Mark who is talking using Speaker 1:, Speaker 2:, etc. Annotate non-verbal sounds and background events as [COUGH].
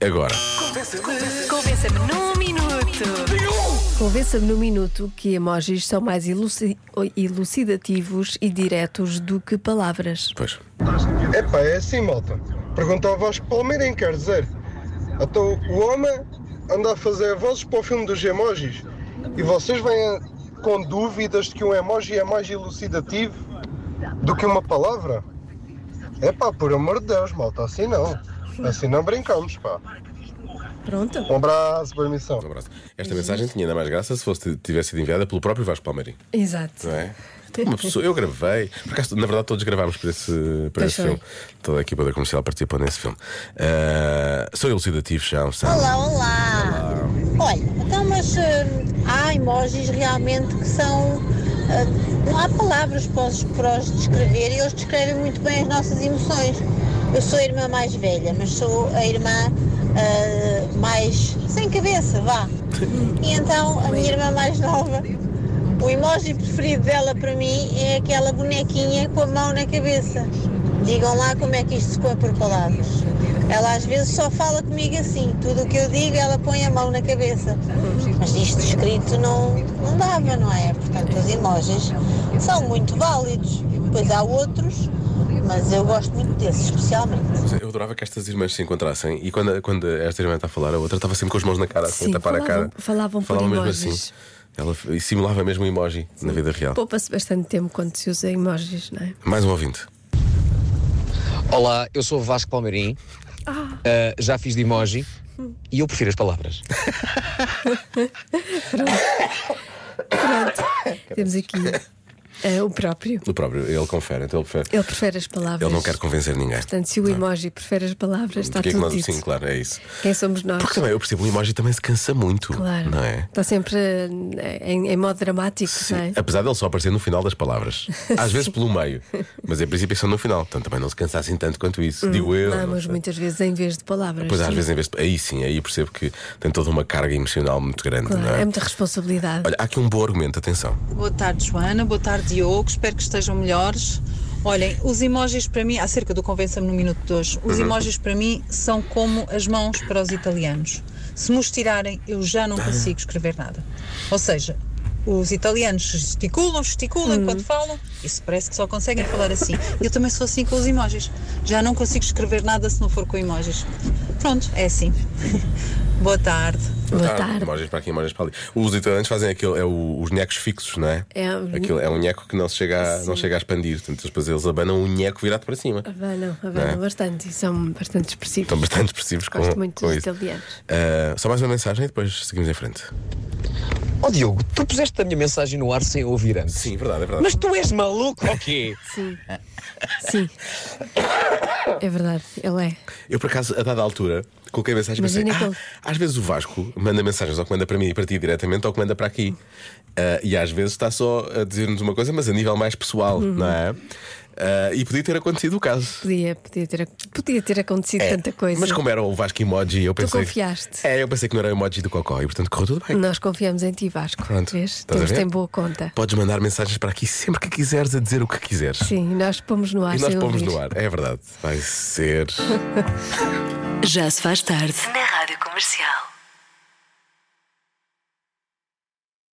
Speaker 1: agora.
Speaker 2: Convença-me num minuto.
Speaker 3: Convença-me no minuto que emojis são mais eluci- elucidativos e diretos do que palavras.
Speaker 1: Pois.
Speaker 4: Epá, é assim, malta. Pergunta ao Vasco Palmeirim, quer dizer. Então o homem anda a fazer vozes para o filme dos emojis e vocês vêm com dúvidas de que um emoji é mais elucidativo do que uma palavra? Epá, por amor de Deus, malta, assim não. Assim não brincamos, pá.
Speaker 3: Pronto.
Speaker 4: Um abraço, boa missão.
Speaker 1: Um abraço. Esta mensagem tinha ainda mais graça se fosse, tivesse sido enviada pelo próprio Vasco Palmeirim.
Speaker 3: Exato.
Speaker 1: Não
Speaker 3: [LAUGHS]
Speaker 1: é? Tem Uma pessoa, eu gravei, por acaso, na verdade, todos gravámos para esse, para
Speaker 3: Pois
Speaker 1: esse
Speaker 3: foi.
Speaker 1: filme. Toda a equipa da comercial participou nesse filme. Ah, são elucidativos, são, são.
Speaker 3: Ah.
Speaker 5: Olá, olá! Olha, então, mas eh, há emojis realmente que são. eh, não há palavras para os, para os descrever e eles descrevem muito bem as nossas emoções. Eu sou a irmã mais velha, mas sou a irmã eh, mais. sem cabeça, vá! E então, a minha irmã mais nova, o emoji preferido dela para mim é aquela bonequinha com a mão na cabeça. Digam lá como é que isto se põe por palavras. Ela às vezes só fala comigo assim, tudo o que eu digo ela põe a mão na cabeça. Mas isto escrito não, não dava, não é? Portanto, os emojis são muito válidos. Pois há outros, mas eu gosto muito desses especialmente.
Speaker 1: Eu adorava que estas irmãs se encontrassem e quando, quando esta irmã está a falar, a outra estava sempre com as mãos na cara, assim,
Speaker 3: Sim,
Speaker 1: a tapar
Speaker 3: falavam-
Speaker 1: a cara.
Speaker 3: falavam por
Speaker 1: mesmo
Speaker 3: emojis.
Speaker 1: assim. Ela f- e simulava mesmo um emoji na vida real.
Speaker 3: Poupa-se bastante tempo quando se usa emojis, não é?
Speaker 1: Mais um ouvinte.
Speaker 6: Olá, eu sou Vasco Palmeirim, Ah, já fiz de emoji e eu prefiro as palavras.
Speaker 3: Temos aqui eh, o próprio.
Speaker 1: O próprio, ele confere, então ele prefere.
Speaker 3: Ele prefere as palavras.
Speaker 1: Ele não quer convencer ninguém.
Speaker 3: Portanto, se o emoji prefere as palavras, está
Speaker 1: Porque é que
Speaker 3: tudo
Speaker 1: nós-
Speaker 3: dito.
Speaker 1: Sim, claro, é isso.
Speaker 3: Quem somos nós?
Speaker 1: Porque também eu percebo, um emoji também se cansa muito.
Speaker 3: Claro.
Speaker 1: Não é?
Speaker 3: Está sempre eh, em, em modo dramático,
Speaker 1: Sim,
Speaker 3: não é?
Speaker 1: apesar dele só aparecer no final das palavras,
Speaker 3: [LAUGHS]
Speaker 1: às vezes pelo meio, mas em princípio é só no final, portanto também não se cansa assim tanto quanto isso, digo eu.
Speaker 3: Hum, Não,
Speaker 1: não
Speaker 3: mas assim.
Speaker 1: sei.
Speaker 3: muitas vezes em vez de palavras.
Speaker 1: Pois às
Speaker 3: sim.
Speaker 1: vezes em vez de- aí sim, aí eu percebo que tem toda uma carga emocional muito grande,
Speaker 3: Claro,
Speaker 1: não é?
Speaker 3: é muita responsabilidade.
Speaker 1: Olha, há aqui um bom argumento, atenção.
Speaker 7: Boa tarde, Joana. Boa tarde, Diogo. Espero que estejam melhores. Olhem, os emojis para mim, acerca do Convença-me no Minuto 2, os emojis para mim são como as mãos para os italianos. Se me os tirarem, eu já não consigo escrever nada. Ou seja, os italianos gesticulam, gesticulam enquanto falam, isso parece que só conseguem falar assim. Eu também sou assim com os emojis. Já não consigo escrever nada se não for com emojis. Pronto, é assim. [LAUGHS] Boa tarde.
Speaker 3: Boa
Speaker 1: Ah,
Speaker 3: tarde.
Speaker 1: Emojis para aqui, emojis para ali. Os italianos fazem aquele, é o- os nhecos fixos, não é?
Speaker 3: É.
Speaker 1: Aquilo, é um nheco que não, se chega a, não chega a expandir, portanto depois eles abanam um nheco virado para cima.
Speaker 3: Abanam,
Speaker 1: Não é?
Speaker 3: abanam bastante e são bastante expressivos.
Speaker 1: Estão bastante expressivos com,
Speaker 3: Gosto muito
Speaker 1: com
Speaker 3: dos
Speaker 1: isso.
Speaker 3: italianos.
Speaker 1: Ah, só mais uma mensagem e depois seguimos em frente.
Speaker 6: Oh Diogo, tu puseste a minha mensagem no ar sem eu ouvir antes.
Speaker 1: Sim, verdade, é verdade.
Speaker 6: Mas tu és maluco ou quê?
Speaker 3: Sim. Sim. É verdade, ele é.
Speaker 1: Eu, por acaso, a dada altura, coloquei mensagem e pensei:
Speaker 3: Imagina
Speaker 1: "Ah,
Speaker 3: que ele-
Speaker 1: às vezes o Vasco manda mensagens ou que manda para mim e para ti diretamente ou que manda para aqui. Ah, e às vezes está só a dizer-nos uma coisa, mas a nível mais pessoal,
Speaker 3: Uhum.
Speaker 1: não é? Ah, e podia ter acontecido o caso.
Speaker 3: Podia, podia, ter, ac- podia ter acontecido
Speaker 1: É,
Speaker 3: tanta coisa.
Speaker 1: Mas como era o Vasco emoji, eu pensei.
Speaker 3: confiaste. Hum.
Speaker 1: É, eu pensei que não era o emoji do Cocó e portanto correu tudo bem.
Speaker 3: Nós confiamos em ti, Vasco.
Speaker 1: é Pronto,
Speaker 3: Vês?
Speaker 1: estás a
Speaker 3: Temos
Speaker 1: ver?
Speaker 3: em boa conta.
Speaker 1: Podes mandar mensagens para aqui sempre que quiseres a dizer o que quiseres.
Speaker 3: Sim, nós pomos no ar
Speaker 1: E nós
Speaker 3: sem
Speaker 1: pomos
Speaker 3: ouvir.
Speaker 1: no ar, é verdade. Vai ser.
Speaker 2: Já se faz tarde. Na Rádio Comercial.